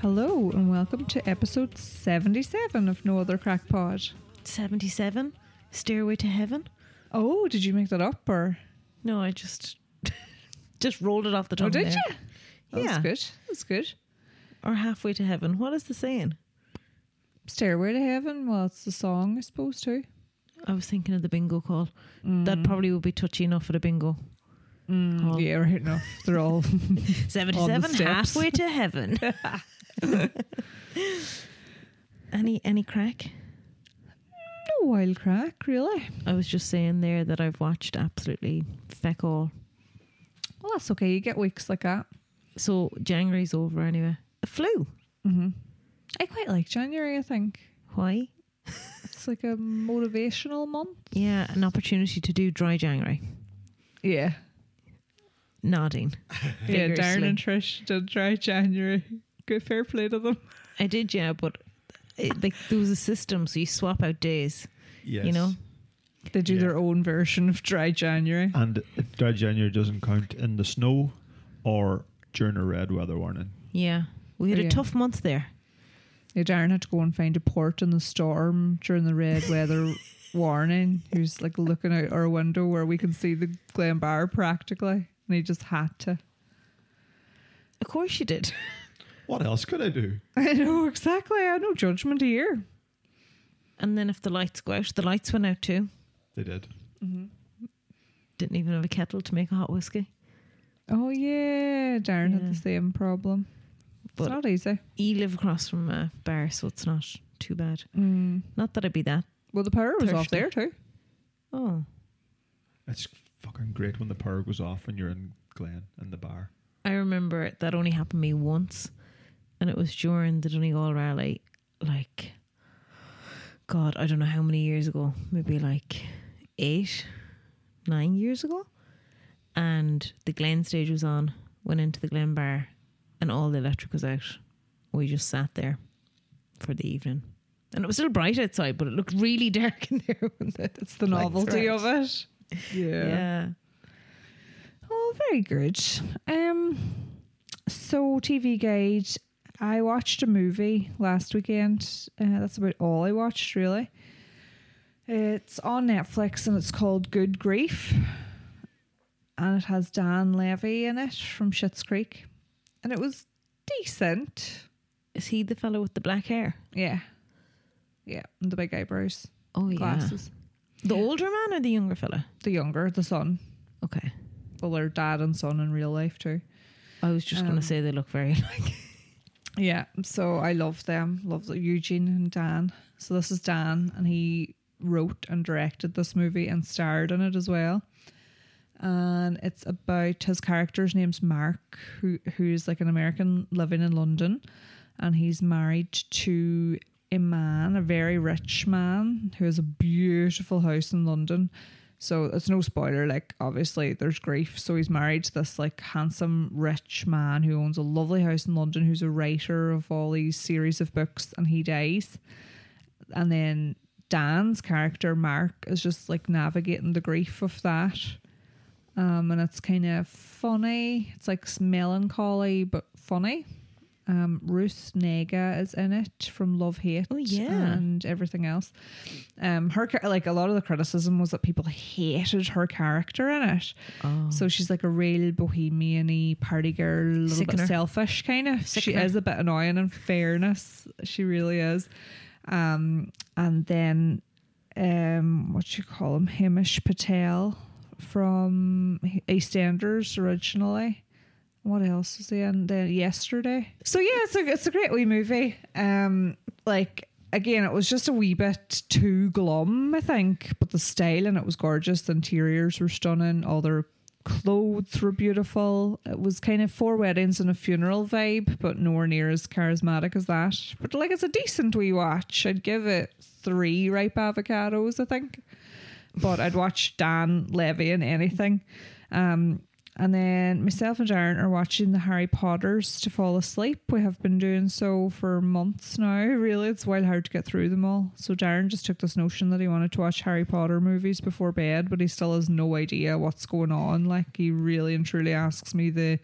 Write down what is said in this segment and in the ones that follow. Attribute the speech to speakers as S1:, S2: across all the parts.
S1: Hello and welcome to episode 77 of No Other Crack Pod.
S2: 77 stairway to heaven
S1: Oh, did you make that up or?
S2: no i just just rolled it off the top
S1: Oh, did
S2: there.
S1: you? That
S2: Yeah.
S1: was good. That's good.
S2: or halfway to heaven what is the saying
S1: Stairway to Heaven. Well, it's the song, I suppose, too.
S2: i was thinking of the bingo call
S1: Mm-hmm.
S2: that probably would be touchy enough for the bingo
S1: Mm,
S2: Oh.
S1: Yeah, right enough. They're all.
S2: 77
S1: steps.
S2: halfway to heaven any any crack
S1: no wild crack, really.
S2: i was just saying there that i've watched absolutely feck all
S1: Well, that's okay. You get weeks like that.
S2: so january's over anyway the flu
S1: hmm I quite like January, I think.
S2: why
S1: It's like a motivational month.
S2: yeah an opportunity to do dry january
S1: Yeah.
S2: nodding
S1: Yeah, Darren
S2: vigorously.
S1: and Trish did dry January. Good fair play to them.
S2: I did, yeah, but it, like there was a system, so you swap out days.
S3: Yes.
S2: You know?
S1: They do
S3: Yeah.
S1: their own version of dry January.
S3: And dry January doesn't count in the snow or during a red weather warning.
S2: Yeah, we had
S1: Yeah.
S2: a tough month there.
S1: Yeah, Darren had to go and find a port in the storm during the red weather warning. He was like looking out our window where we can see the Glenbar practically, and he just had to.
S2: Of course you did.
S3: What else could I do?
S1: I know exactly. I have no judgment here.
S2: And then if the lights go out, the lights went out too.
S3: They did.
S2: Mm-hmm. Didn't even have a kettle to make a hot whiskey.
S1: Oh yeah, Darren had
S2: Yeah.
S1: the same problem.
S2: But-
S1: it's not easy.
S2: You live across from a bar, so it's not too bad.
S1: Mm.
S2: Not that I'd be that.
S1: Well, the power was off
S2: Thirsty.
S1: there too.
S2: Oh,
S3: It's fucking great when the power goes off when you're in Glen in the bar.
S2: I remember that only happened to me once, and it was during the Donegal rally. Like, God, I don't know how many years ago, maybe like eight, nine years ago. And the Glen stage was on, went into the Glen bar, and all the electric was out. We just sat there for the evening. And it was still bright outside, but it looked really dark in there. When the,
S1: It's the
S2: Like,
S1: novelty
S2: right.
S1: of it.
S2: yeah.
S1: Oh, very good. Um, so TV guide. I watched a movie last weekend. Uh, that's about all I watched, really. It's on Netflix and it's called Good Grief, and it has Dan Levy in it from Schitt's Creek, and it was decent.
S2: Is he the fellow with the black hair?
S1: Yeah, yeah, and the big eyebrows,
S2: Oh,
S1: glasses.
S2: The older man or the younger fella?
S1: The younger, the son.
S2: Okay.
S1: Well, they're dad and son in real life too.
S2: I was just
S1: Um,
S2: gonna say they look very like.
S1: Yeah, so I love them. Love the- Eugene and Dan. So this is Dan, and he wrote and directed this movie and starred in it as well. And it's about his character's name's Mark, who who's like an American living in London, and he's married to a man, a very rich man, who has a beautiful house in London. So it's no spoiler, like obviously there's grief. So he's married to this like handsome rich man who owns a lovely house in London, who's a writer of all these series of books, and he dies. And then Dan's character, Mark, is just like navigating the grief of that. Um, and it's kind of funny. It's like melancholy but funny. Um, Ruth Nega is in it from Love Hate.
S2: Oh, yeah.
S1: and everything else. Um, her cha- like a lot of the criticism was that people hated her character in it.
S2: Oh.
S1: So she's like a real bohemian-y party girl, a little bit
S2: Sickener.
S1: selfish kind of. She
S2: Sickener.
S1: is a bit annoying in fairness. She really is. Um, and then um, what you call him, Hamish Patel from EastEnders originally. What else was he in there yesterday? So yeah, it's a it's a great wee movie. Um, like again, it was just a wee bit too glum, I think, but the style and it was gorgeous. The interiors were stunning. All their clothes were beautiful. It was kind of four weddings and a funeral vibe, but nowhere near as charismatic as that. But like, it's a decent wee watch. I'd give it three ripe avocados, I think. But I'd watch Dan Levy in anything. Um, and then myself and Darren are watching the Harry Potters to fall asleep. We have been doing so for months now. Really, it's wild hard to get through them all. So Darren just took this notion that he wanted to watch Harry Potter movies before bed, but he still has no idea what's going on. Like he really and truly asks me the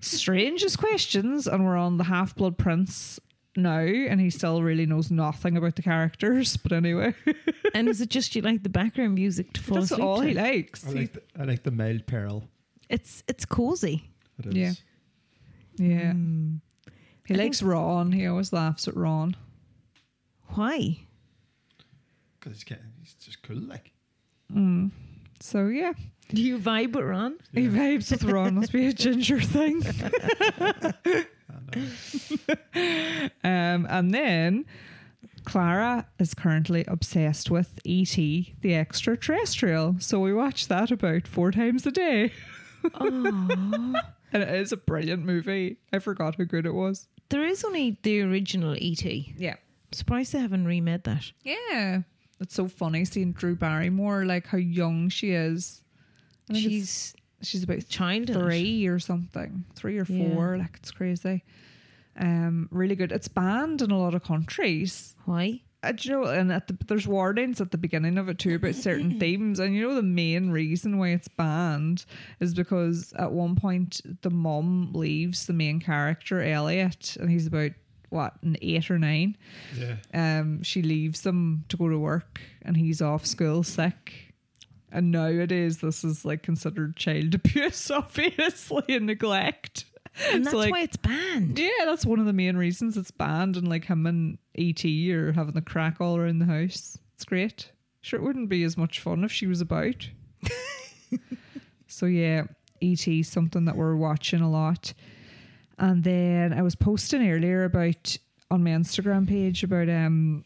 S1: strangest questions, and we're on the Half Blood Prince now, and he still really knows nothing about the characters. But anyway,
S2: and is it just you like the background music to fall
S1: that's
S2: asleep
S1: all he
S2: to?
S1: likes.
S3: I like the, I like the mild peril.
S2: It's it's cozy.
S3: It is.
S1: Yeah. yeah,
S2: Mm.
S1: he
S2: I
S1: likes Ron. He always laughs at Ron.
S2: Why?
S3: Because he's, getting- he's just cool, like.
S1: Mm. So yeah,
S2: Do you vibe with Ron?
S1: he vibes with Ron. Must be a ginger thing.
S3: And, uh,
S1: Um, and then Clara is currently obsessed with ET, the extraterrestrial. So we watch that about four times a day.
S2: Oh,
S1: And it is a brilliant movie. I forgot how good it was.
S2: there is only the original ET.
S1: Yeah.
S2: I'm surprised they haven't remade that.
S1: Yeah. It's so funny seeing Drew Barrymore, like how young she is. I think it's-
S2: She's
S1: she's about
S2: child
S1: three or something, three or
S2: Yeah.
S1: four. Like it's crazy. Um, really good. It's banned in a lot of countries.
S2: Why?
S1: Uh, do you know, and at the, there's warnings at the beginning of it too about certain themes, and you know the main reason why it's banned is because at one point the mom leaves the main character Elliot, and he's about what an eight or nine.
S3: yeah.
S1: Um, she leaves them to go to work, and he's off school sick. And nowadays, this is like considered child abuse, obviously, and neglect.
S2: And
S1: So,
S2: that's
S1: like-
S2: why it's banned.
S1: Yeah, that's one of the main reasons it's banned, and like him and ET are having the crack all around the house. It's great. Sure, it wouldn't be as much fun if she was about. so yeah, ET is something that we're watching a lot. And then I was posting earlier about on my Instagram page about um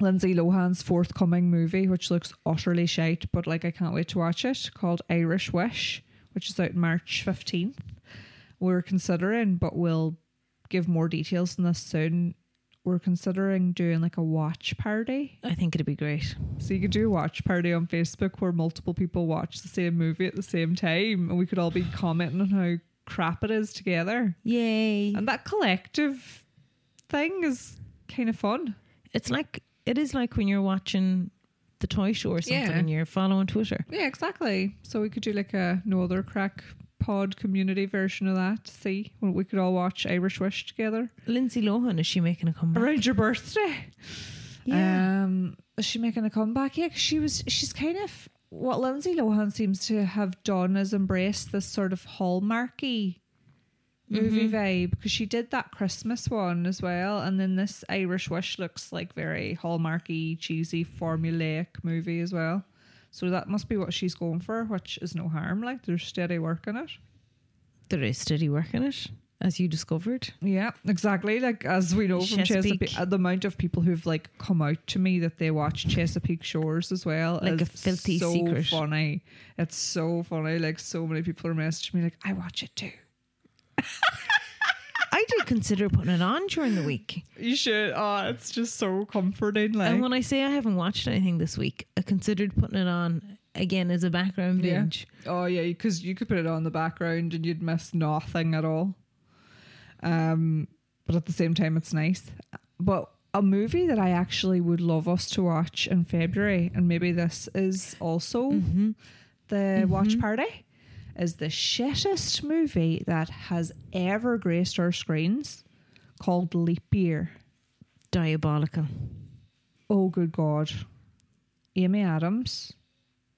S1: Lindsay Lohan's forthcoming movie, which looks utterly shite, but like I can't wait to watch it, called Irish Wish, which is out March 15th. We're considering, but we'll give more details on this soon. We're considering doing like a watch party.
S2: I think it'd be great.
S1: So you could do a watch party on Facebook where multiple people watch the same movie at the same time and we could all be commenting on how crap it is together.
S2: Yay.
S1: And that collective thing is kind of fun.
S2: It's like it is like when you're watching the toy show or something
S1: Yeah.
S2: and you're following Twitter.
S1: Yeah, exactly. So we could do like a no other crack pod community version of that. See, Well, we could all watch Irish Wish together
S2: Lindsay Lohan, is she making a comeback?
S1: around your birthday.
S2: Yeah.
S1: Um, is she making a comeback? Yeah, 'cause she was. She's kind of what Lindsay Lohan seems to have done is embrace this sort of hallmarky movie vibe because she did that Christmas one as well, and then this Irish Wish looks like very hallmarky, cheesy, formulaic movie as well. So that must be what she's going for, which is no harm. Like there's steady work in it.
S2: There is steady work in it, as you discovered.
S1: Yeah, exactly. Like as we know from Chesapeake,
S2: Chesapeake.
S1: uh, the amount of people who've like come out to me that they watch Chesapeake Shores as well,
S2: Like a
S1: is
S2: filthy
S1: so
S2: secret.
S1: Funny, it's so funny. Like so many people are messaging me like, I watch it too.
S2: I do consider putting it on during the week.
S1: You should. Oh, it's just so comforting. Like,
S2: And when I say I haven't watched anything this week, I considered putting it on again as a background
S1: Yeah.
S2: binge.
S1: oh yeah, because you could put it on the background and you'd miss nothing at all. Um, but at the same time, it's nice. But a movie that I actually would love us to watch in February, and maybe this is also the watch party, is the shittest movie that has ever graced our screens called Leap Year.
S2: Diabolical.
S1: Oh, good God. Amy Adams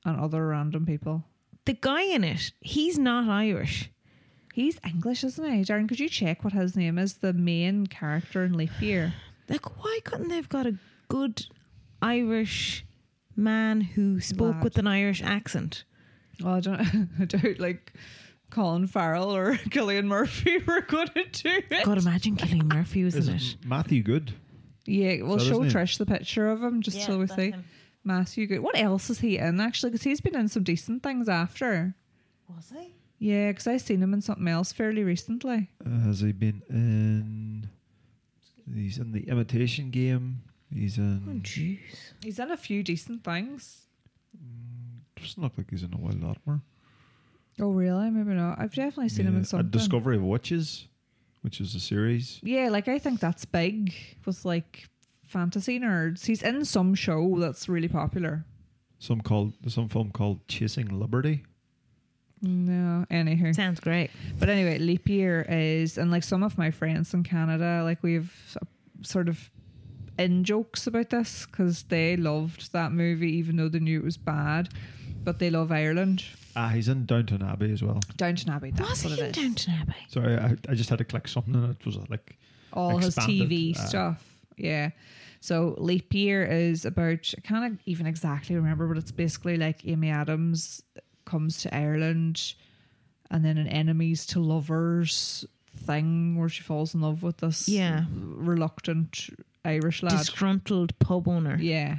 S1: and other random people.
S2: The guy in it, he's not Irish.
S1: He's English, isn't he? Darren, could you check what his name is? The main character in Leap Year.
S2: Like, why couldn't they have got a good Irish man who spoke
S1: Lad.
S2: with an Irish accent?
S1: Well, Oh, I don't, I doubt like Colin Farrell or Killian Murphy were going to do it.
S2: God, imagine Killian Murphy was
S3: Is
S2: in
S3: it
S2: it.
S3: Matthew Good?
S1: Yeah, we'll
S3: Is that
S1: show
S3: his name?
S1: Trish the picture of him just till we see. Matthew Good. What else is he in actually? Because he's been in some decent things after.
S2: Was he?
S1: Yeah, because I seen him in something else fairly recently.
S3: Uh, has he been in? He's in the Imitation Game. He's
S2: Oh,
S3: in.
S2: jeez.
S1: He's in a few decent things.
S3: Doesn't look like he's in a wild lot more.
S1: Oh, really? Maybe not. I've definitely seen him
S3: Yeah,
S1: in
S3: and
S1: something.
S3: Discovery of Witches, which is a series.
S1: Yeah, like I think that's big with like fantasy nerds. He's in some show that's really popular.
S3: Some called some film called Chasing Liberty.
S1: No, anywho.
S2: Sounds great.
S1: But anyway, leap year is, and like some of my friends in Canada, like we've uh, sort of in jokes about this because they loved that movie, even though they knew it was bad. But they love Ireland.
S3: Ah, he's in Downton Abbey as well.
S1: Downton Abbey, that's
S2: What's
S1: what
S2: he in
S1: it is.
S2: Downton Abbey?
S3: Sorry, I, I just had to click something and it was like
S1: All
S3: Expanded,
S1: his TV
S3: uh,
S1: stuff. Yeah. So leap year is about, I can't even exactly remember, but it's basically like Amy Adams comes to Ireland and then an enemies to lovers thing where she falls in love with this
S2: Yeah.
S1: reluctant Irish lad.
S2: Disgruntled pub owner.
S1: yeah.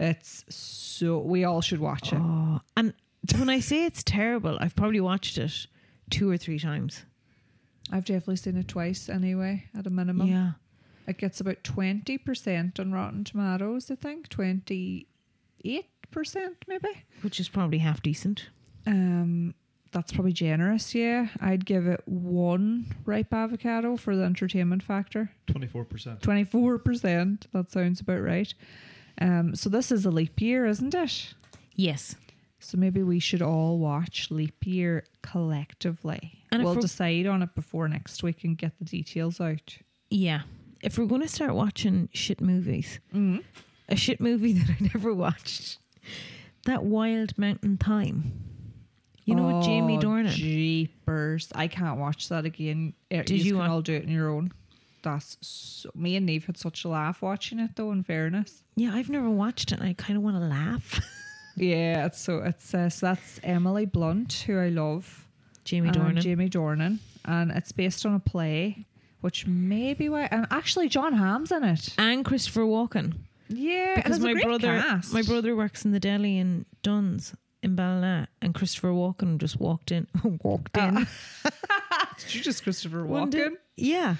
S1: It's so we all should watch it.
S2: Oh, and when I say it's terrible, I've probably watched it two or three times.
S1: I've definitely seen it twice anyway, at a minimum.
S2: Yeah.
S1: It gets about twenty percent on Rotten Tomatoes, I think. Twenty eight percent maybe.
S2: Which is probably half decent.
S1: Um that's probably generous, yeah. I'd give it one ripe avocado for the entertainment factor.
S3: 24%.
S1: Twenty four percent. That sounds about right. Um so this is a leap year, isn't it?
S2: Yes.
S1: So maybe we should all watch Leap Year collectively.
S2: And if
S1: we'll
S2: we're-
S1: decide on it before next week and get the details out.
S2: Yeah. If we're going to start watching shit movies,
S1: Mm.
S2: a shit movie that I never watched, that Wild Mountain Time. You know what, Jamie Dornan?
S1: Oh, Jeepers! I can't watch that again. Did
S2: you
S1: you can
S2: want-
S1: all do it on your own? That's so, me and Neve had such a laugh watching it, though. In fairness,
S2: yeah, I've never watched it and I kind of want to laugh.
S1: yeah. It's so it's uh, so that's Emily Blunt, who I love.
S2: Um, Jamie
S1: and
S2: Dornan.
S1: Jamie Dornan, and it's based on a play, which may be why. And actually, John Hamm's in it.
S2: and Christopher Walken.
S1: Yeah,
S2: because my brother
S1: cast.
S2: my brother works in the deli in Dunn's in Ballina and Christopher Walken just walked in walked in
S1: Ah. Did you just Christopher
S2: one day.
S1: Walken?
S2: Yeah.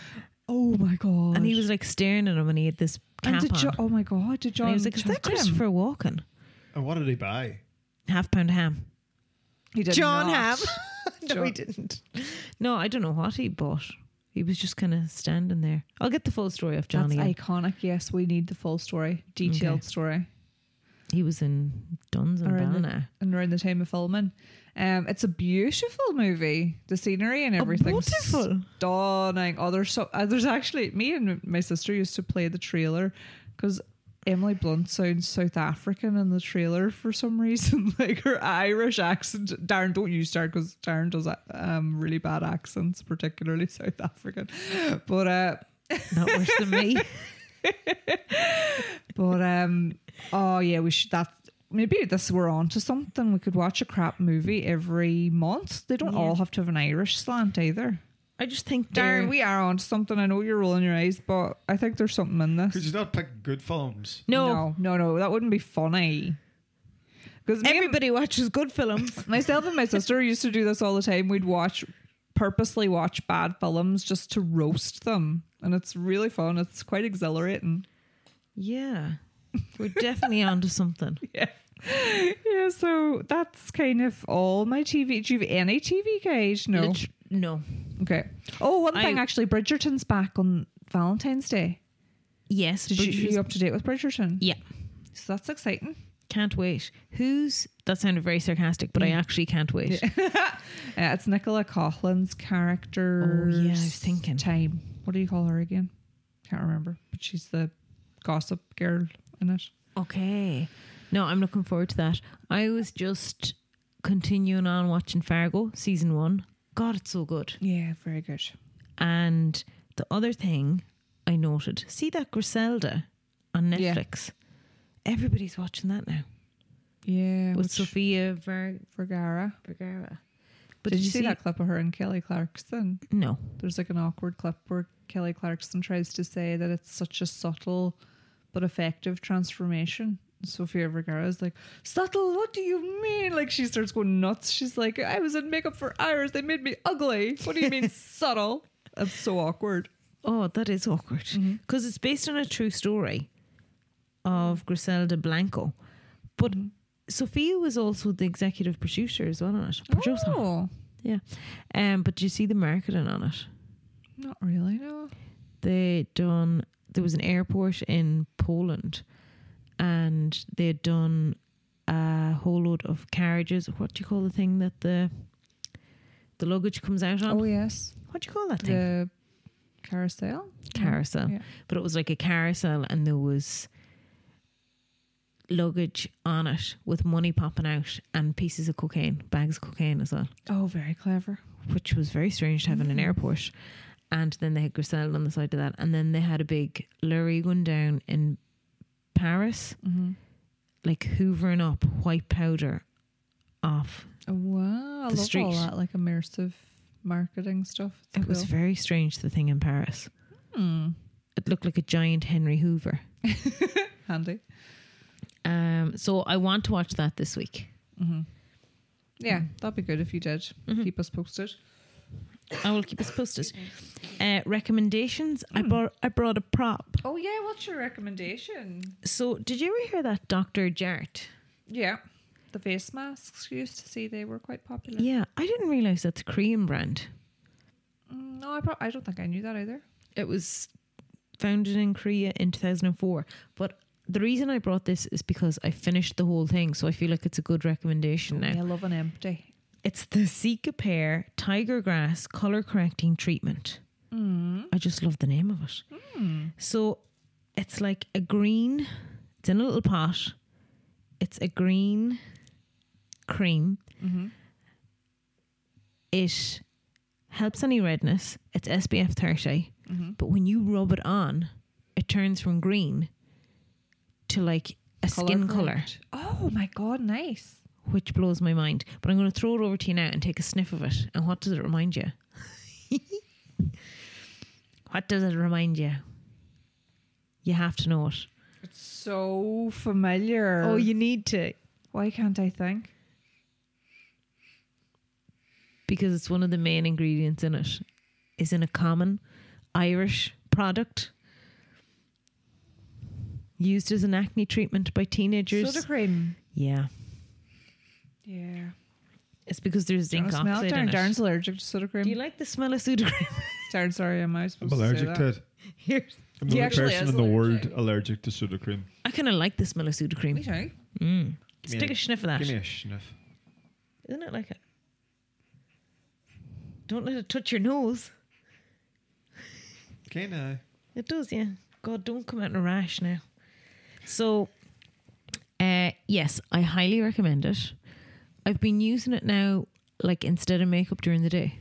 S1: Oh my god!
S2: And he was like staring at him and he had this cap
S1: And did
S2: on.
S1: Jo- oh my god! Did John?
S2: and he was like, Is
S1: chat
S2: that
S1: to him?
S2: Christopher Walken?
S3: And what did he buy?
S2: Half pound ham.
S1: He did
S2: John
S1: not.
S2: Ham.
S1: No, he
S2: didn't. No, I don't know what he bought. He was just kind of standing there. I'll get the full story of Johnny.
S1: That's iconic. Yes, we need the full story, detailed
S2: Okay.
S1: story,
S2: he was in Dunn's in
S1: Or in the-
S2: Ballina.
S1: and around the time of filming. Um, it's a beautiful movie. The scenery and
S2: Oh,
S1: everything.
S2: beautiful.
S1: Stunning. Oh, there's so uh, there's actually me and my sister used to play the trailer because Emily Blunt sounds South African in the trailer for some reason. like her Irish accent. Darren, don't you start because Darren does um really bad accents, particularly South African. But uh,
S2: Not worse than me.
S1: But um, oh yeah, we should that maybe this we're on to something. We could watch a crap movie every month. They don't
S2: Yeah.
S1: all have to have an Irish slant either.
S2: I just think they're-
S1: Darren, we are on to something. I know you're rolling your eyes, but I think there's something in
S3: Because
S1: this.
S3: he's not picking good films.
S2: no,
S1: no, no, no, that wouldn't be funny. Because
S2: everybody watches good films.
S1: myself and my sister used to do this all the time. We'd watch purposely watch bad films just to roast them, and it's really fun. It's quite exhilarating.
S2: Yeah. We're definitely onto something.
S1: yeah. Yeah, so that's kind of all my TV. Do you have any TV guide? No.
S2: Lit- no.
S1: okay. Oh, one
S2: I-
S1: thing actually, Bridgerton's back on Valentine's Day.
S2: Yes.
S1: Did
S2: Bridgerton's-
S1: you you up to date with Bridgerton?
S2: yeah.
S1: So that's exciting.
S2: Can't wait. Who's that sounded very sarcastic,
S1: Mm.
S2: but I actually can't wait.
S1: Uh, it's Nicola Coughlin's character.
S2: Oh, yeah, I was thinking.
S1: Time. What do you call her again? Can't remember. But she's the gossip girl in it.
S2: Okay. No, I'm looking forward to that. I was just continuing on watching Fargo season one. God, it's so good.
S1: Yeah, very good.
S2: And the other thing I noted, see that Griselda on
S1: Yeah.
S2: Netflix. Everybody's watching that now
S1: Yeah,
S2: with
S1: with
S2: Sophia Ver-
S1: Vergara.
S2: Vergara.
S1: But did, you see that clip of her and Kelly Clarkson?
S2: No.
S1: There's like an awkward clip where Kelly Clarkson tries to say that it's such a subtle but effective transformation. Sophia Vergara is like, subtle, what do you mean? Like she starts going nuts. She's like, I was in makeup for hours. They made me ugly. What do you mean subtle? That's so awkward.
S2: Oh, that is awkward
S1: Mm-hmm.
S2: because it's based on a true story of Griselda Blanco, but
S1: Mm-hmm.
S2: Sophia was also the executive producer as well on it. Producer,
S1: Oh,
S2: yeah. Um, but do you see the marketing on it?
S1: not really, no.
S2: They done. There was an airport in Poland, and they had done a whole load of carriages. What do you call the thing that the the luggage comes out on?
S1: Oh yes,
S2: What do you call that thing?
S1: the carousel.
S2: carousel.
S1: Yeah.
S2: But it was like a carousel and there was luggage on it with money popping out and pieces of cocaine, bags of cocaine as well,
S1: Oh, very clever.
S2: which was very strange to have in an
S1: Mhm.
S2: airport. And then they had Griselda on the side of that. And then they had a big lorry going down in Paris,
S1: Mm-hmm.
S2: like hoovering up white powder off.
S1: Oh, Wow, I
S2: The
S1: love all
S2: street.
S1: that like immersive marketing stuff. It's
S2: It was
S1: cool.
S2: very strange, the thing in Paris.
S1: Hmm.
S2: It looked like a giant Henry Hoover.
S1: handy.
S2: Um, so I want to watch that this week.
S1: hmm Yeah, that'd be good if you did.
S2: Mhm.
S1: Keep us posted.
S2: I will keep us posted. Uh, recommendations. I brought I brought a prop.
S1: Oh yeah, what's your recommendation?
S2: So did you ever hear that Dr. Jart?
S1: Yeah, the face masks you used to see they were quite popular.
S2: Yeah, I didn't realize that's a Korean brand.
S1: Mm, No, I, prob- I don't think I knew that either.
S2: It was founded in Korea in 2004. But the reason I brought this is because I finished the whole thing, so I feel like it's a good recommendation now.
S1: I love an empty.
S2: It's the Sika Pear Tiger Grass Color Correcting Treatment.
S1: Mm.
S2: I just love the name of it.
S1: Mm.
S2: So it's like a green, it's in a little pot. It's a green cream.
S1: Mm-hmm.
S2: It helps any redness. It's SPF 30.
S1: Mm-hmm.
S2: But when you rub it on, it turns from green to like a skin colour,
S1: Oh my god, nice.
S2: which blows my mind. But I'm going to throw it over to you now and take a sniff of it. And what does it remind you? what does it remind you? You have to know it.
S1: It's so familiar.
S2: Oh, you need to.
S1: Why can't I think?
S2: because it's one of the main ingredients in it is in a common Irish product used as an acne treatment by teenagers.
S1: Soda cream.
S2: yeah,
S1: Yeah.
S2: it's because there's zinc
S1: I smell it.
S2: oxide
S1: Darren,
S2: in it.
S1: Darren's allergic to soda cream.
S2: Do you like the smell of soda cream?
S1: Darren, sorry, am I
S3: I'm
S1: supposed
S3: allergic
S1: to
S3: to
S1: say
S3: it.
S2: Here,
S3: I'm
S1: He
S3: the only
S1: actually
S3: person
S1: is
S3: in the world
S1: allergic.
S3: allergic to soda cream.
S2: I kind of like the smell of soda
S1: that?
S2: cream.
S1: Me too.
S2: Mm.
S3: Give me
S2: Stick
S3: a-
S2: a sniff of that,
S3: Give me a sniff.
S2: isn't it like it? Don't let it touch your nose.
S3: Can I?
S2: It does, yeah. God, don't come out in a rash now. So, uh, yes, I highly recommend it. I've been using it now, like instead of makeup during the day.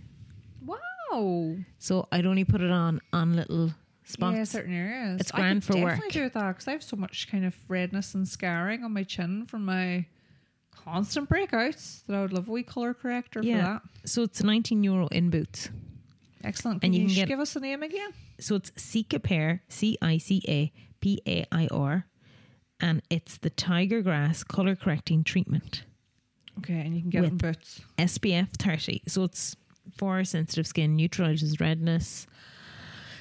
S1: Wow.
S2: So I'd only put it on on little
S1: Yeah,
S2: spots.
S1: certain areas.
S2: It's grand
S1: I could
S2: for work.
S1: definitely do with that because I have so much kind of redness and scarring on my chin from my constant breakouts that I would love a wee colour corrector
S2: Yeah.
S1: for
S2: so it's 19 euro in boots.
S1: that. Excellent. Can
S2: And
S1: you,
S2: you can
S1: sh-
S2: get-
S1: give us a name again?
S2: So it's Sika Pear, C I C A P A I R, and it's the Tiger Grass Color Correcting Treatment.
S1: Okay, and you can get it in boots.
S2: SPF 30. So it's for sensitive skin, neutralizes redness.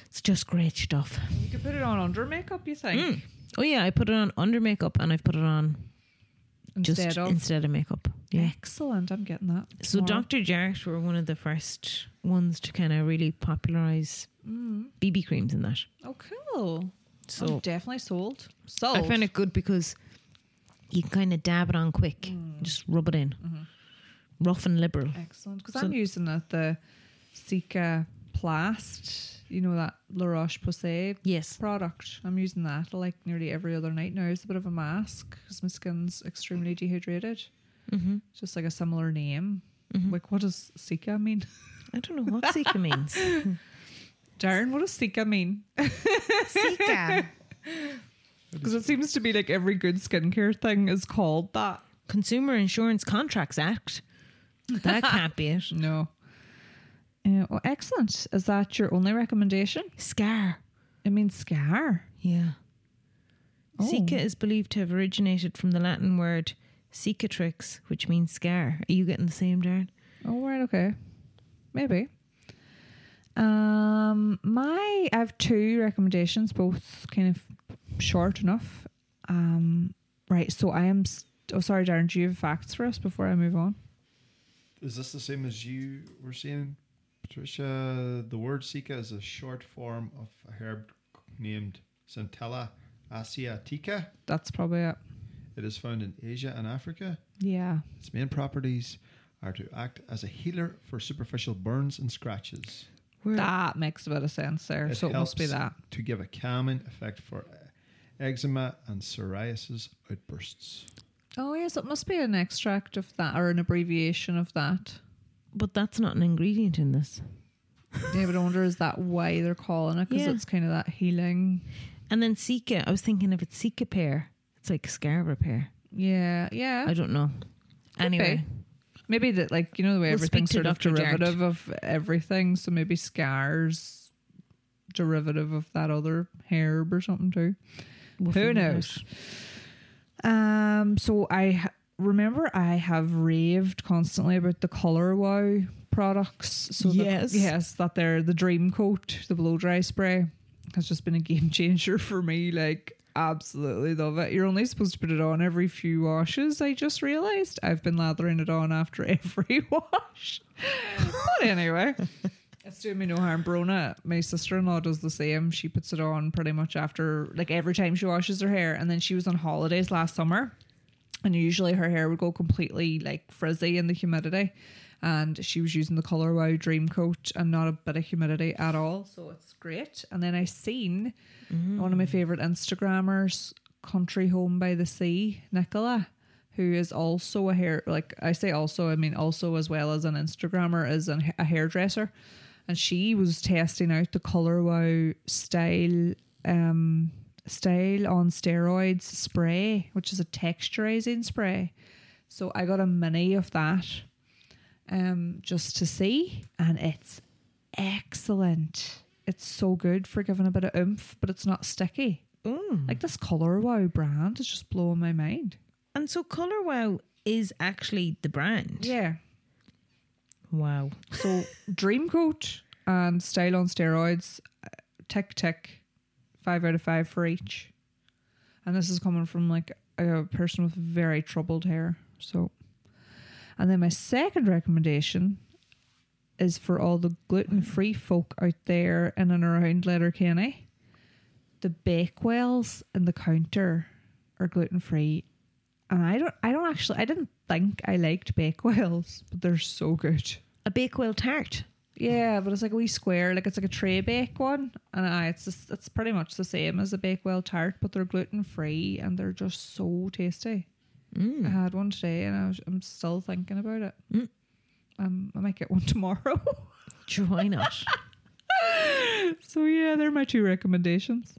S2: It's just great stuff.
S1: You could put it on under makeup, you think?
S2: Mm. Oh yeah, I put it on under makeup and I've put it on just
S1: Instead of.
S2: instead of makeup. Yeah.
S1: Excellent. I'm getting that.
S2: So
S1: tomorrow.
S2: Dr. Jarrett were one of the first ones to kind of really popularize
S1: Mm.
S2: BB creams and that.
S1: Oh, cool. I'm
S2: So
S1: definitely sold. Sold.
S2: I found it good because you can kind of dab it on quick,
S1: Mm-hmm.
S2: just rub it in, rough and liberal.
S1: Excellent. Because
S2: So-
S1: I'm using that the Sika Plast, you know, that La Roche Posay
S2: Yes.
S1: product. I'm using that like nearly every other night now. It's a bit of a mask because my skin's extremely dehydrated.
S2: Mm-hmm.
S1: It's just like a similar name.
S2: Mhm.
S1: Like, what does Sika mean?
S2: I don't know what Sika means.
S1: Darren, what does Sika mean?
S2: Sika.
S1: Because it seems to be like every good skincare thing is called that.
S2: Consumer Insurance Contracts Act. That can't be it.
S1: No. Uh, oh, excellent. Is that your only recommendation?
S2: Scar.
S1: It means scar.
S2: Yeah.
S1: Oh.
S2: Sika is believed to have originated from the Latin word cicatrix, which means scar. Are you getting the same, Darren?
S1: Oh right, okay. Maybe. Um my I have two recommendations, both kind of short enough. Um right, so I am st- oh sorry, Darren, do you have facts for us before I move on?
S3: Is this the same as you were saying, Patricia? The word Sika is a short form of a herb named Centella asiatica.
S1: That's probably it.
S3: It is found in Asia and Africa.
S1: Yeah.
S3: Its main properties are to act as a healer for superficial burns and scratches,
S2: We're,
S1: That makes a bit of sense there.
S3: It
S1: so it must be that.
S3: helps. to give a calming effect for uh, eczema and psoriasis outbursts.
S1: Oh, yes. It must be an extract of that or an abbreviation of that.
S2: but that's not an ingredient in this.
S1: Yeah, but I wonder is that why they're calling it? Because
S2: Yeah.
S1: it's kind of that healing.
S2: And then Sika, I was thinking if it's Sika pear, it's like scar repair.
S1: Yeah, yeah.
S2: I don't know. Anyway,
S1: Maybe that, like you know, the way
S2: We'll speak
S1: everything's
S2: to
S1: sort of
S2: Dr. Jarrett.
S1: derivative of everything. So maybe scars, derivative of that other herb or something too. Who
S2: we'll figure it
S1: knows?
S2: out.
S1: Um. So I ha- remember I have raved constantly about the Color Wow products. So that-
S2: Yes.
S1: yes, that they're the Dream Coat, the blow dry spray, has just been a game changer for me. Like absolutely love it. You're only supposed to put it on every few washes. I just realised I've been lathering it on after every wash. but anyway. It's doing me no harm. Brona, my sister in law, does the same. She puts it on pretty much after, like every time she washes her hair. And then she was on holidays last summer, and usually her hair would go completely like frizzy in the humidity. And she was using the Color Wow Dream Coat and not a bit of humidity at all. So it's great. And then I seen one of my favorite Instagrammers, Country Home by the Sea, Nicola who is also a hair like I say also I mean also as well as an Instagrammer is an, a hairdresser, and she was testing out the Color Wow style um, style on steroids spray, which is a texturizing spray. So I got a mini of that, um, just to see, and it's excellent. It's so good for giving a bit of oomph, but it's not sticky. Like this Color Wow brand is just blowing my mind.
S2: And so Color Wow is actually the brand.
S1: Yeah.
S2: Wow.
S1: So Dream Coat and Style on Steroids, uh, tick tick, five out of five for each. And this is coming from like a person with very troubled hair. So, and then my second recommendation is for all the gluten free folk out there in and around Letterkenny. The Bakewells and the Counter are gluten free, and I don't. I don't actually. I didn't think I liked Bakewells, but they're so good.
S2: A Bakewell tart.
S1: Yeah, but it's like a wee square, like it's like a tray bake one, and I, it's just, it's pretty much the same as a Bakewell tart, but they're gluten free and they're just so tasty.
S2: Mm,
S1: I had one today, and I was, I'm still thinking about it. Um, I might get one tomorrow.
S2: Sure, why not?
S1: so yeah, they're my two recommendations.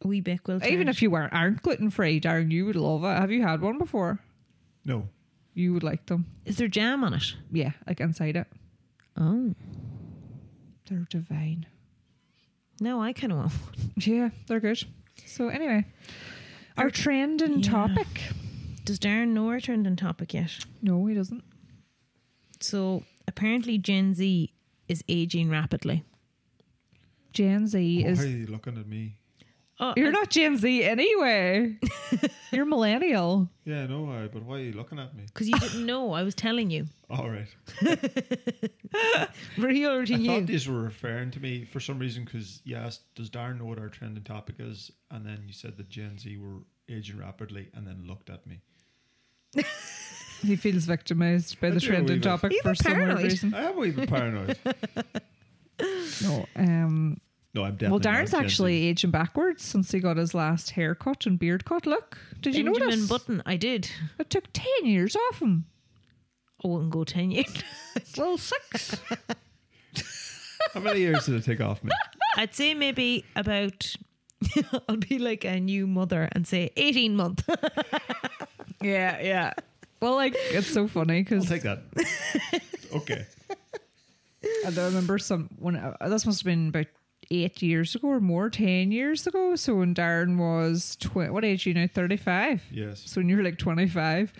S2: a wee Bakewell tart.
S1: Even if you weren't aren't gluten free, Darren, you would love it. Have you had one before?
S3: No.
S1: You would like them.
S2: Is there jam on it?
S1: Yeah, like inside it,
S2: Oh.
S1: they're divine.
S2: No, I kind of want one.
S1: Yeah, they're good. So anyway, our trend and
S2: Yeah.
S1: topic.
S2: Does Darren know our trending topic yet?
S1: No, he doesn't.
S2: So apparently Gen Z is aging rapidly.
S1: Gen Z
S3: Why are
S1: is.
S3: you looking at me?
S2: Oh,
S1: You're not Gen Z anyway. You're millennial.
S3: Yeah, no, I, but why are you looking at me?
S2: because you didn't know. I was telling you.
S3: All right.
S2: We already
S3: I thought
S2: knew.
S3: these were referring to me for some reason because you asked, does Darren know what our trending topic is? And then you said that Gen Z were aging rapidly and then looked at me.
S1: He feels victimized by the
S3: I do a
S1: trending
S3: wee bit.
S1: topic
S2: He's
S1: for
S2: a
S1: some weird
S2: paranoid.
S1: reason.
S3: I am a wee bit paranoid.
S1: No. Um,
S3: no, I'm definitely
S1: well,
S3: not
S1: Darren's
S3: Gen Z.
S1: actually aging backwards since he got his last haircut and beard cut. Look, did you
S2: Benjamin
S1: notice?
S2: Button. I did.
S1: it took 10 years off him.
S2: I wouldn't go ten years.
S1: Well, six.
S3: How many years did it take off me?
S2: I'd say maybe about. I'll be like a new mother and say eighteen month.
S1: yeah, yeah. Well, like, it's so funny
S3: I'll
S1: because
S3: take that. Okay.
S1: And I remember some when uh, this must have been about eight years ago or more, ten years ago. So when Darren was tw- what age are you now? Thirty five.
S3: Yes.
S1: So when you were like twenty five,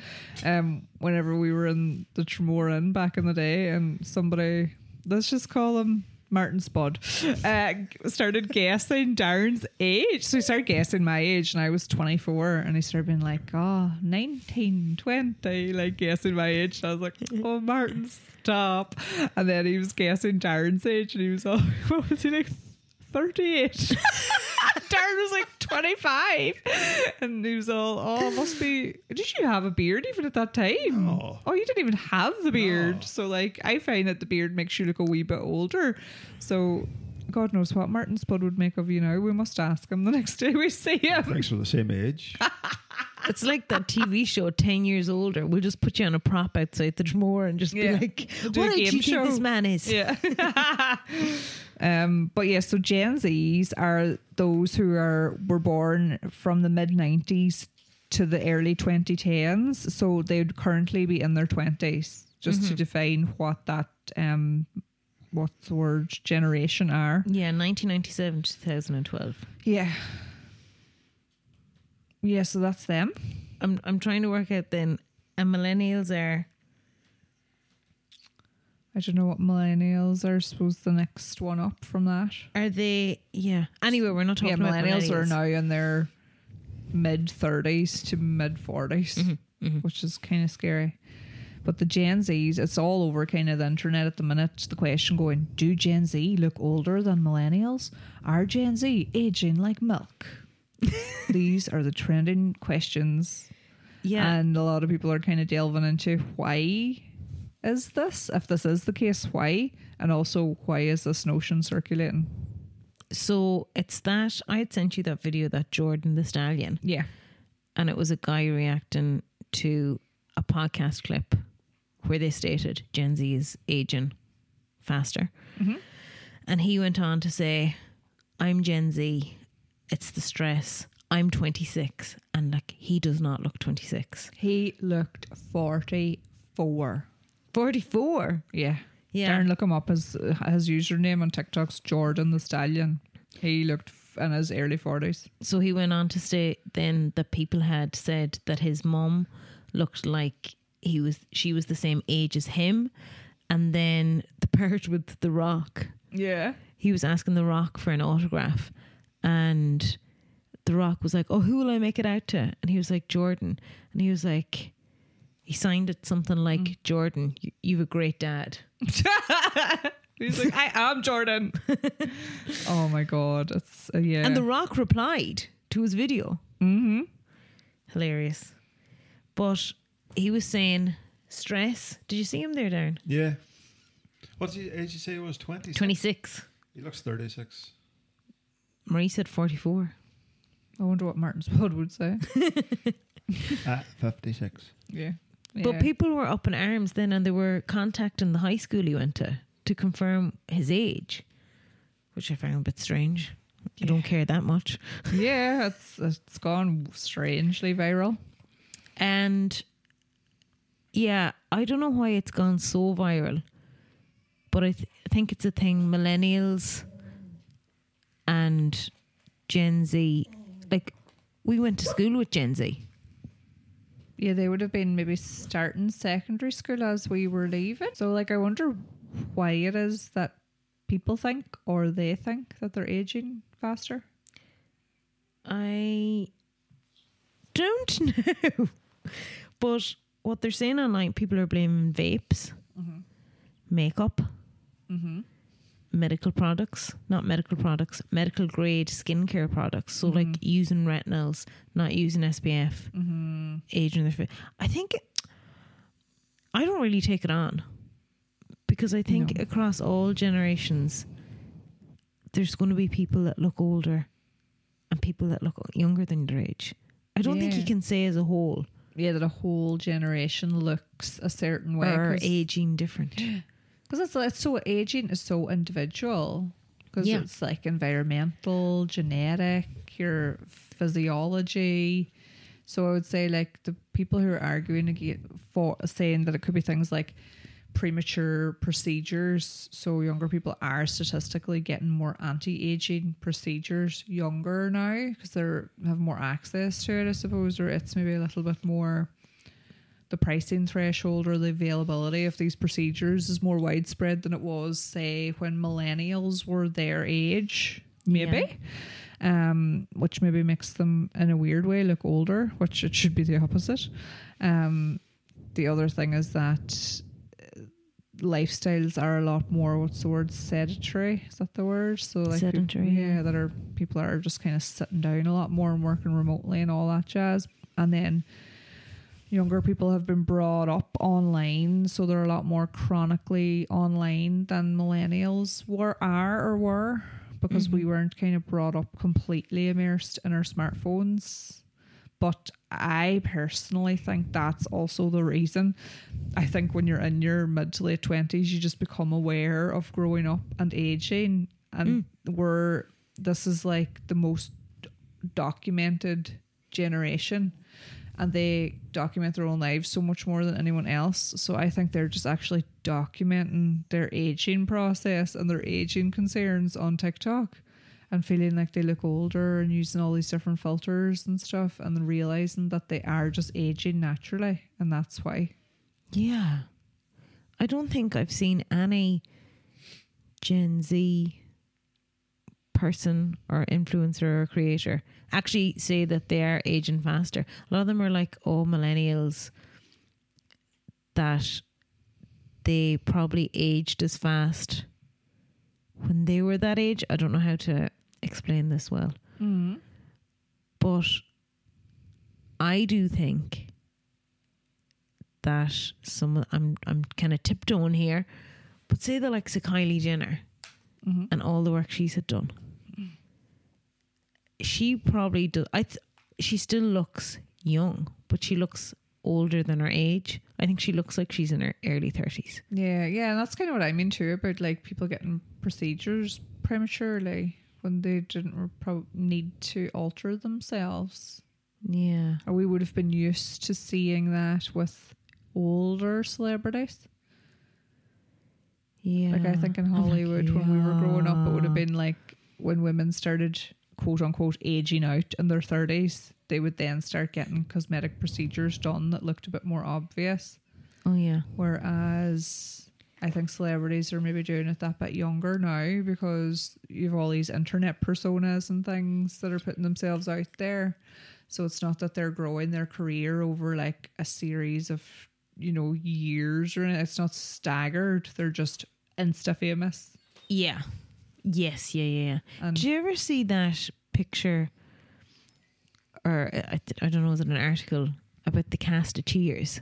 S1: um, whenever we were in the Tremor Inn back in the day, and somebody let's just call him. Martin Spud uh, started guessing Darren's age. So he started guessing my age, and I was 24. And he started being like, oh, 19, 20, like guessing my age. And I was like, oh, Martin, stop. And then he was guessing Darren's age, and he was all, what was he like, 38? Darren was like 25. And he was all, oh, must be. Did you have a beard even at that time?
S3: No.
S1: Oh, you didn't even have the beard.
S3: No.
S1: So, like, I find that the beard makes you look a wee bit older. So, God knows what Martin Spud would make of you now. We must ask him the next day we see him.
S3: Thanks for the same age.
S2: It's like that TV show, 10 years older. We'll just put you on a prop outside the Drmore and just
S1: Yeah.
S2: be like,
S1: We'll do a
S2: what age do
S1: game
S2: you think this
S1: show."
S2: man is?
S1: Yeah. um, but yeah, so Gen Zs are those who are were born from the mid nineties to the early twenty tens. So they'd currently be in their twenties, just to define what that um what the word generation are.
S2: Yeah, 1997 to 2012.
S1: Yeah. Yeah, so that's them.
S2: I'm, I'm trying to work out then, and millennials are,
S1: I don't know what millennials are. I suppose the next one up from that.
S2: are they, yeah. Anyway, we're not talking
S1: yeah,
S2: about
S1: millennials,
S2: millennials.
S1: are now in their mid 30s to mid 40s,
S2: Mm-hmm,
S1: which is kind of scary. But the Gen Zs, it's all over kind of the internet at the minute. The question going, do Gen Z look older than millennials? Are Gen Z aging like milk? These are the trending questions.
S2: Yeah.
S1: And a lot of people are kind of delving into why is this? If this is the case, why? And also, why is this notion circulating?
S2: so it's that, I had sent you that video, that Jordan the Stallion.
S1: Yeah.
S2: and it was a guy reacting to a podcast clip where they stated Gen Z is aging faster. And he went on to say, I'm Gen Z, it's the stress. I'm 26. And like, he does not look 26.
S1: He looked 44.
S2: 44.
S1: Yeah.
S2: Yeah.
S1: Darren, look him up. His, his username on TikTok's Jordan the Stallion. He looked f- in his early 40s.
S2: So he went on to say then that people had said that his mum looked like he was she was the same age as him. And then the part with The Rock
S1: Yeah.
S2: he was asking The Rock for an autograph, and The Rock was like, "Oh, who will I make it out to?" And he was like, "Jordan," and he was like, he signed it something like, "Jordan, you, you've a great dad."
S1: He's like, I am Jordan. oh my God. It's, uh, yeah.
S2: And The Rock replied to his video. Mm-hmm. Hilarious, but he was saying stress. Did you see him there, Darren?
S3: yeah. What's the age you say he was? 20?
S2: Twenty six.
S3: He looks 36.
S2: Marie said forty four.
S1: I wonder what Martin Spud would say.
S3: At 56.
S1: yeah. yeah.
S2: But people were up in arms then and they were contacting the high school he went to to confirm his age, which I found a bit strange. I don't care that much.
S1: yeah, it's, it's gone strangely viral.
S2: And yeah, I don't know why it's gone so viral, but I, th- I think it's a thing millennials and Gen Z. Like, we went to school with Gen Z.
S1: Yeah, they would have been maybe starting secondary school as we were leaving. So, like, I wonder why it is that people think or they think that they're aging faster.
S2: I don't know. But what they're saying online, people are blaming vapes, makeup,
S1: Mm-hmm.
S2: medical products, not medical products, medical grade skincare products. So, like using retinols, not using SPF,
S1: Mm-hmm.
S2: aging their face. I think I don't really take it on because I think
S1: No.
S2: across all generations, there's going to be people that look older and people that look younger than their age. I don't think you
S1: Yeah.
S2: can say as a whole
S1: Yeah, that a whole generation looks a certain way.
S2: are aging different.
S1: Because it's, it's so aging is so individual. Because
S2: Yeah.
S1: it's like environmental, genetic, your physiology. So I would say like the people who are arguing against for saying that it could be things like premature procedures. So younger people are statistically getting more anti-aging procedures younger now because they're have more access to it, I suppose, or it's maybe a little bit more the pricing threshold or the availability of these procedures is more widespread than it was, say, when millennials were their age, maybe. Um, which maybe makes them in a weird way look older, which it should be the opposite. Um, the other thing is that uh, lifestyles are a lot more what's the word sedentary is that the word so like peop-
S2: Sedentary,
S1: yeah
S2: yeah.
S1: that are people are just kind of sitting down a lot more and working remotely and all that jazz and then younger people have been brought up online so they're a lot more chronically online than millennials were are or were because we weren't kind of brought up completely immersed in our smartphones but I personally think that's also the reason. I think when you're in your mid to late twenties, you just become aware of growing up and aging, and we're this is like the most documented generation, and they document their own lives so much more than anyone else. So I think they're just actually documenting their aging process and their aging concerns on TikTok and feeling like they look older and using all these different filters and stuff and then realizing that they are just aging naturally and that's why
S2: Yeah. I don't think I've seen any Gen Z person or influencer or creator actually say that they are aging faster. A lot of them are like, oh, millennials, that they probably aged as fast when they were that age. I don't know how to explain this well.
S1: mm.
S2: But I do think that some I'm I'm kind of tiptoeing here, but say the likes of Kylie Jenner
S1: Mhm.
S2: and all the work she's had done,
S1: Mm.
S2: she probably does. I th- she still looks young, but she looks older than her age. I think she looks like she's in her early thirties.
S1: yeah yeah and that's kind of what i mean too about like people getting procedures prematurely when they didn't re- prob- need to alter themselves
S2: Yeah,
S1: or we would have been used to seeing that with older celebrities
S2: yeah. Oh
S1: Like I think in
S2: I'm like,
S1: Hollywood when we were growing up, it would have
S2: yeah.
S1: been like when women started quote unquote aging out in their thirties, they would then start getting cosmetic procedures done that looked a bit more obvious.
S2: Oh yeah,
S1: Whereas I think celebrities are maybe doing it that bit younger now because you've all these internet personas and things that are putting themselves out there. So it's not that they're growing their career over like a series of, you know, years or anything. it's not staggered. They're just insta famous.
S2: yeah, yes, yeah, yeah. yeah.
S1: And
S2: Do you ever see that picture, or uh, I, I th- I don't know, was it an article about the cast of Cheers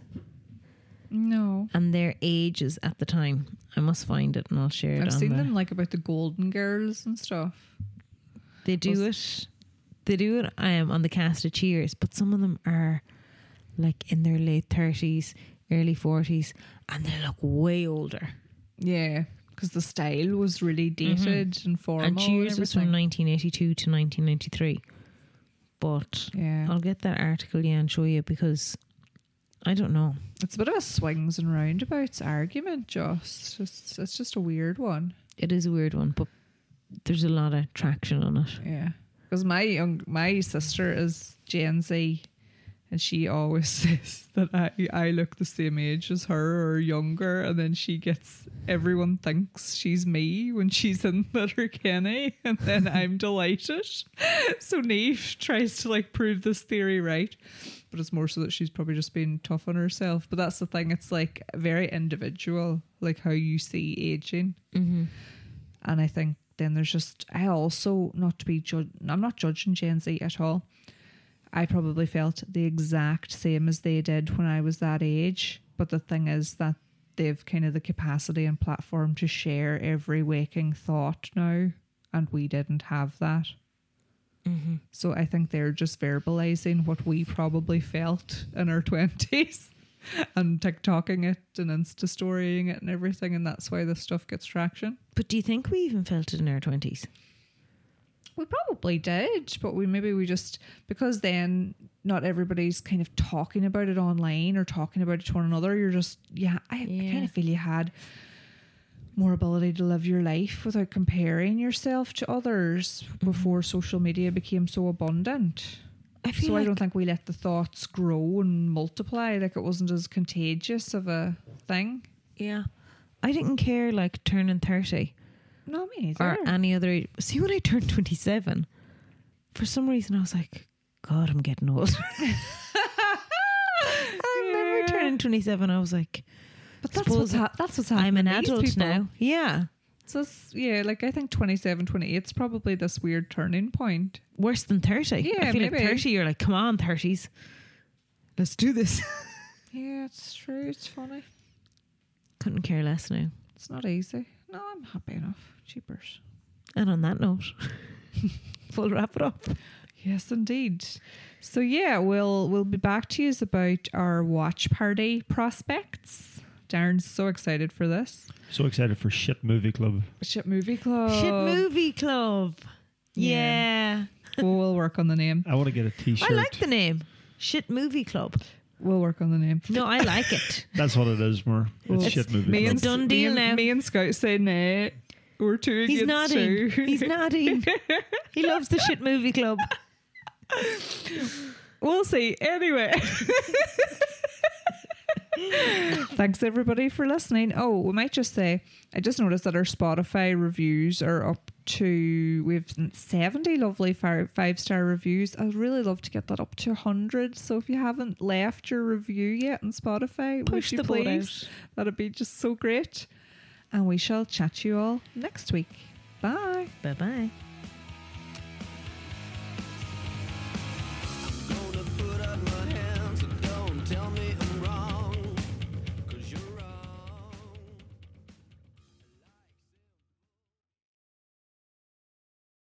S1: no.
S2: and their ages at the time? I must find it and I'll share it.
S1: I've
S2: on
S1: seen
S2: the-
S1: them like about the Golden Girls and stuff.
S2: They do it. They do it. I am on the cast of Cheers, but some of them are like in their late thirties, early forties, and they look way older.
S1: Yeah. Because the style was really dated and formal.
S2: and Cheers
S1: and
S2: was from
S1: everything.
S2: nineteen eighty two to nineteen ninety three, but.
S1: Yeah.
S2: I'll get that article yeah and show you because I don't know.
S1: It's a bit of a swings and roundabouts argument, Joss. It's, it's just a weird one.
S2: It is a weird one, but there's a lot of traction on it.
S1: Yeah. Because my young, my sister is Gen Z, and she always says that I, I look the same age as her or younger, and then she gets everyone thinks she's me when she's in Letterkenny, and then I'm delighted. So Neve tries to like prove this theory right, but it's more so that she's probably just being tough on herself. But that's the thing; it's like very individual, like how you see aging.
S2: Mm-hmm.
S1: And I think then there's just, I also, not to be judged, I'm not judging Gen Z at all. I probably felt the exact same as they did when I was that age. But the thing is that they've kind of the capacity and platform to share every waking thought now. And we didn't have that.
S2: Mm-hmm.
S1: So I think they're just verbalizing what we probably felt in our 20s and TikToking it and Insta storying it and everything. And that's why this stuff gets traction.
S2: But do you think we even felt it in our twenties?
S1: We probably did, but we maybe we just because then not everybody's kind of talking about it online or talking about it to one another. You're just yeah, I, I
S2: Yeah.
S1: kind of feel you had more ability to live your life without comparing yourself to others
S2: Mm-hmm.
S1: before social media became so abundant.
S2: I
S1: So
S2: feel like
S1: I don't think we let the thoughts grow and multiply. Like it wasn't as contagious of a thing.
S2: yeah, I didn't care like turning thirty
S1: No, me neither.
S2: or any other. Age. See when I turned twenty seven, for some reason I was like, God, I'm getting old. I remember
S1: Yeah.
S2: turning twenty seven. I was like,
S1: But that's
S2: Suppose
S1: what's, ha- that's what's happening.
S2: I'm an
S1: to these
S2: adult
S1: people.
S2: now. Yeah.
S1: So, it's- yeah, like I think 27, 28 is probably this weird turning point.
S2: Worse than 30. I
S1: Yeah,
S2: feel like
S1: maybe.
S2: 30, you're like, come on, 30s. Let's do this.
S1: Yeah, it's true. It's funny.
S2: Couldn't care less now.
S1: It's not easy. No, I'm happy enough. Cheapers.
S2: And on that note, we'll wrap it up.
S1: Yes, indeed. So yeah, we'll we'll be back to you about our watch party prospects. Darren's so excited for this.
S3: So excited for Shit Movie Club.
S1: Shit movie club.
S2: Shit Movie Club. Yeah.
S1: we'll, we'll work on the name.
S3: I want to get a t shirt.
S2: I like the name. Shit Movie Club.
S1: We'll work on the name.
S2: No, I like it.
S3: That's what it is, more. It's,
S1: It's
S3: Shit Movie
S1: Me
S3: Club.
S1: and,
S2: It's a done
S1: me
S2: deal
S1: and-
S2: now.
S1: me and Scout say nah. We're two
S2: He's
S1: against
S2: nodding.
S1: two.
S2: He's nodding. He loves the Shit Movie Club.
S1: We'll see. Anyway. Thanks everybody for listening. Oh, we might just say I just noticed that our Spotify reviews are up to we've 70 lovely five star reviews. I'd really love to get that up to 100. So if you haven't left your review yet on Spotify,
S2: Push
S1: push you
S2: the boat
S1: please.
S2: out.
S1: That'd be just so great. And we shall chat you all next week. Bye.
S2: Bye bye.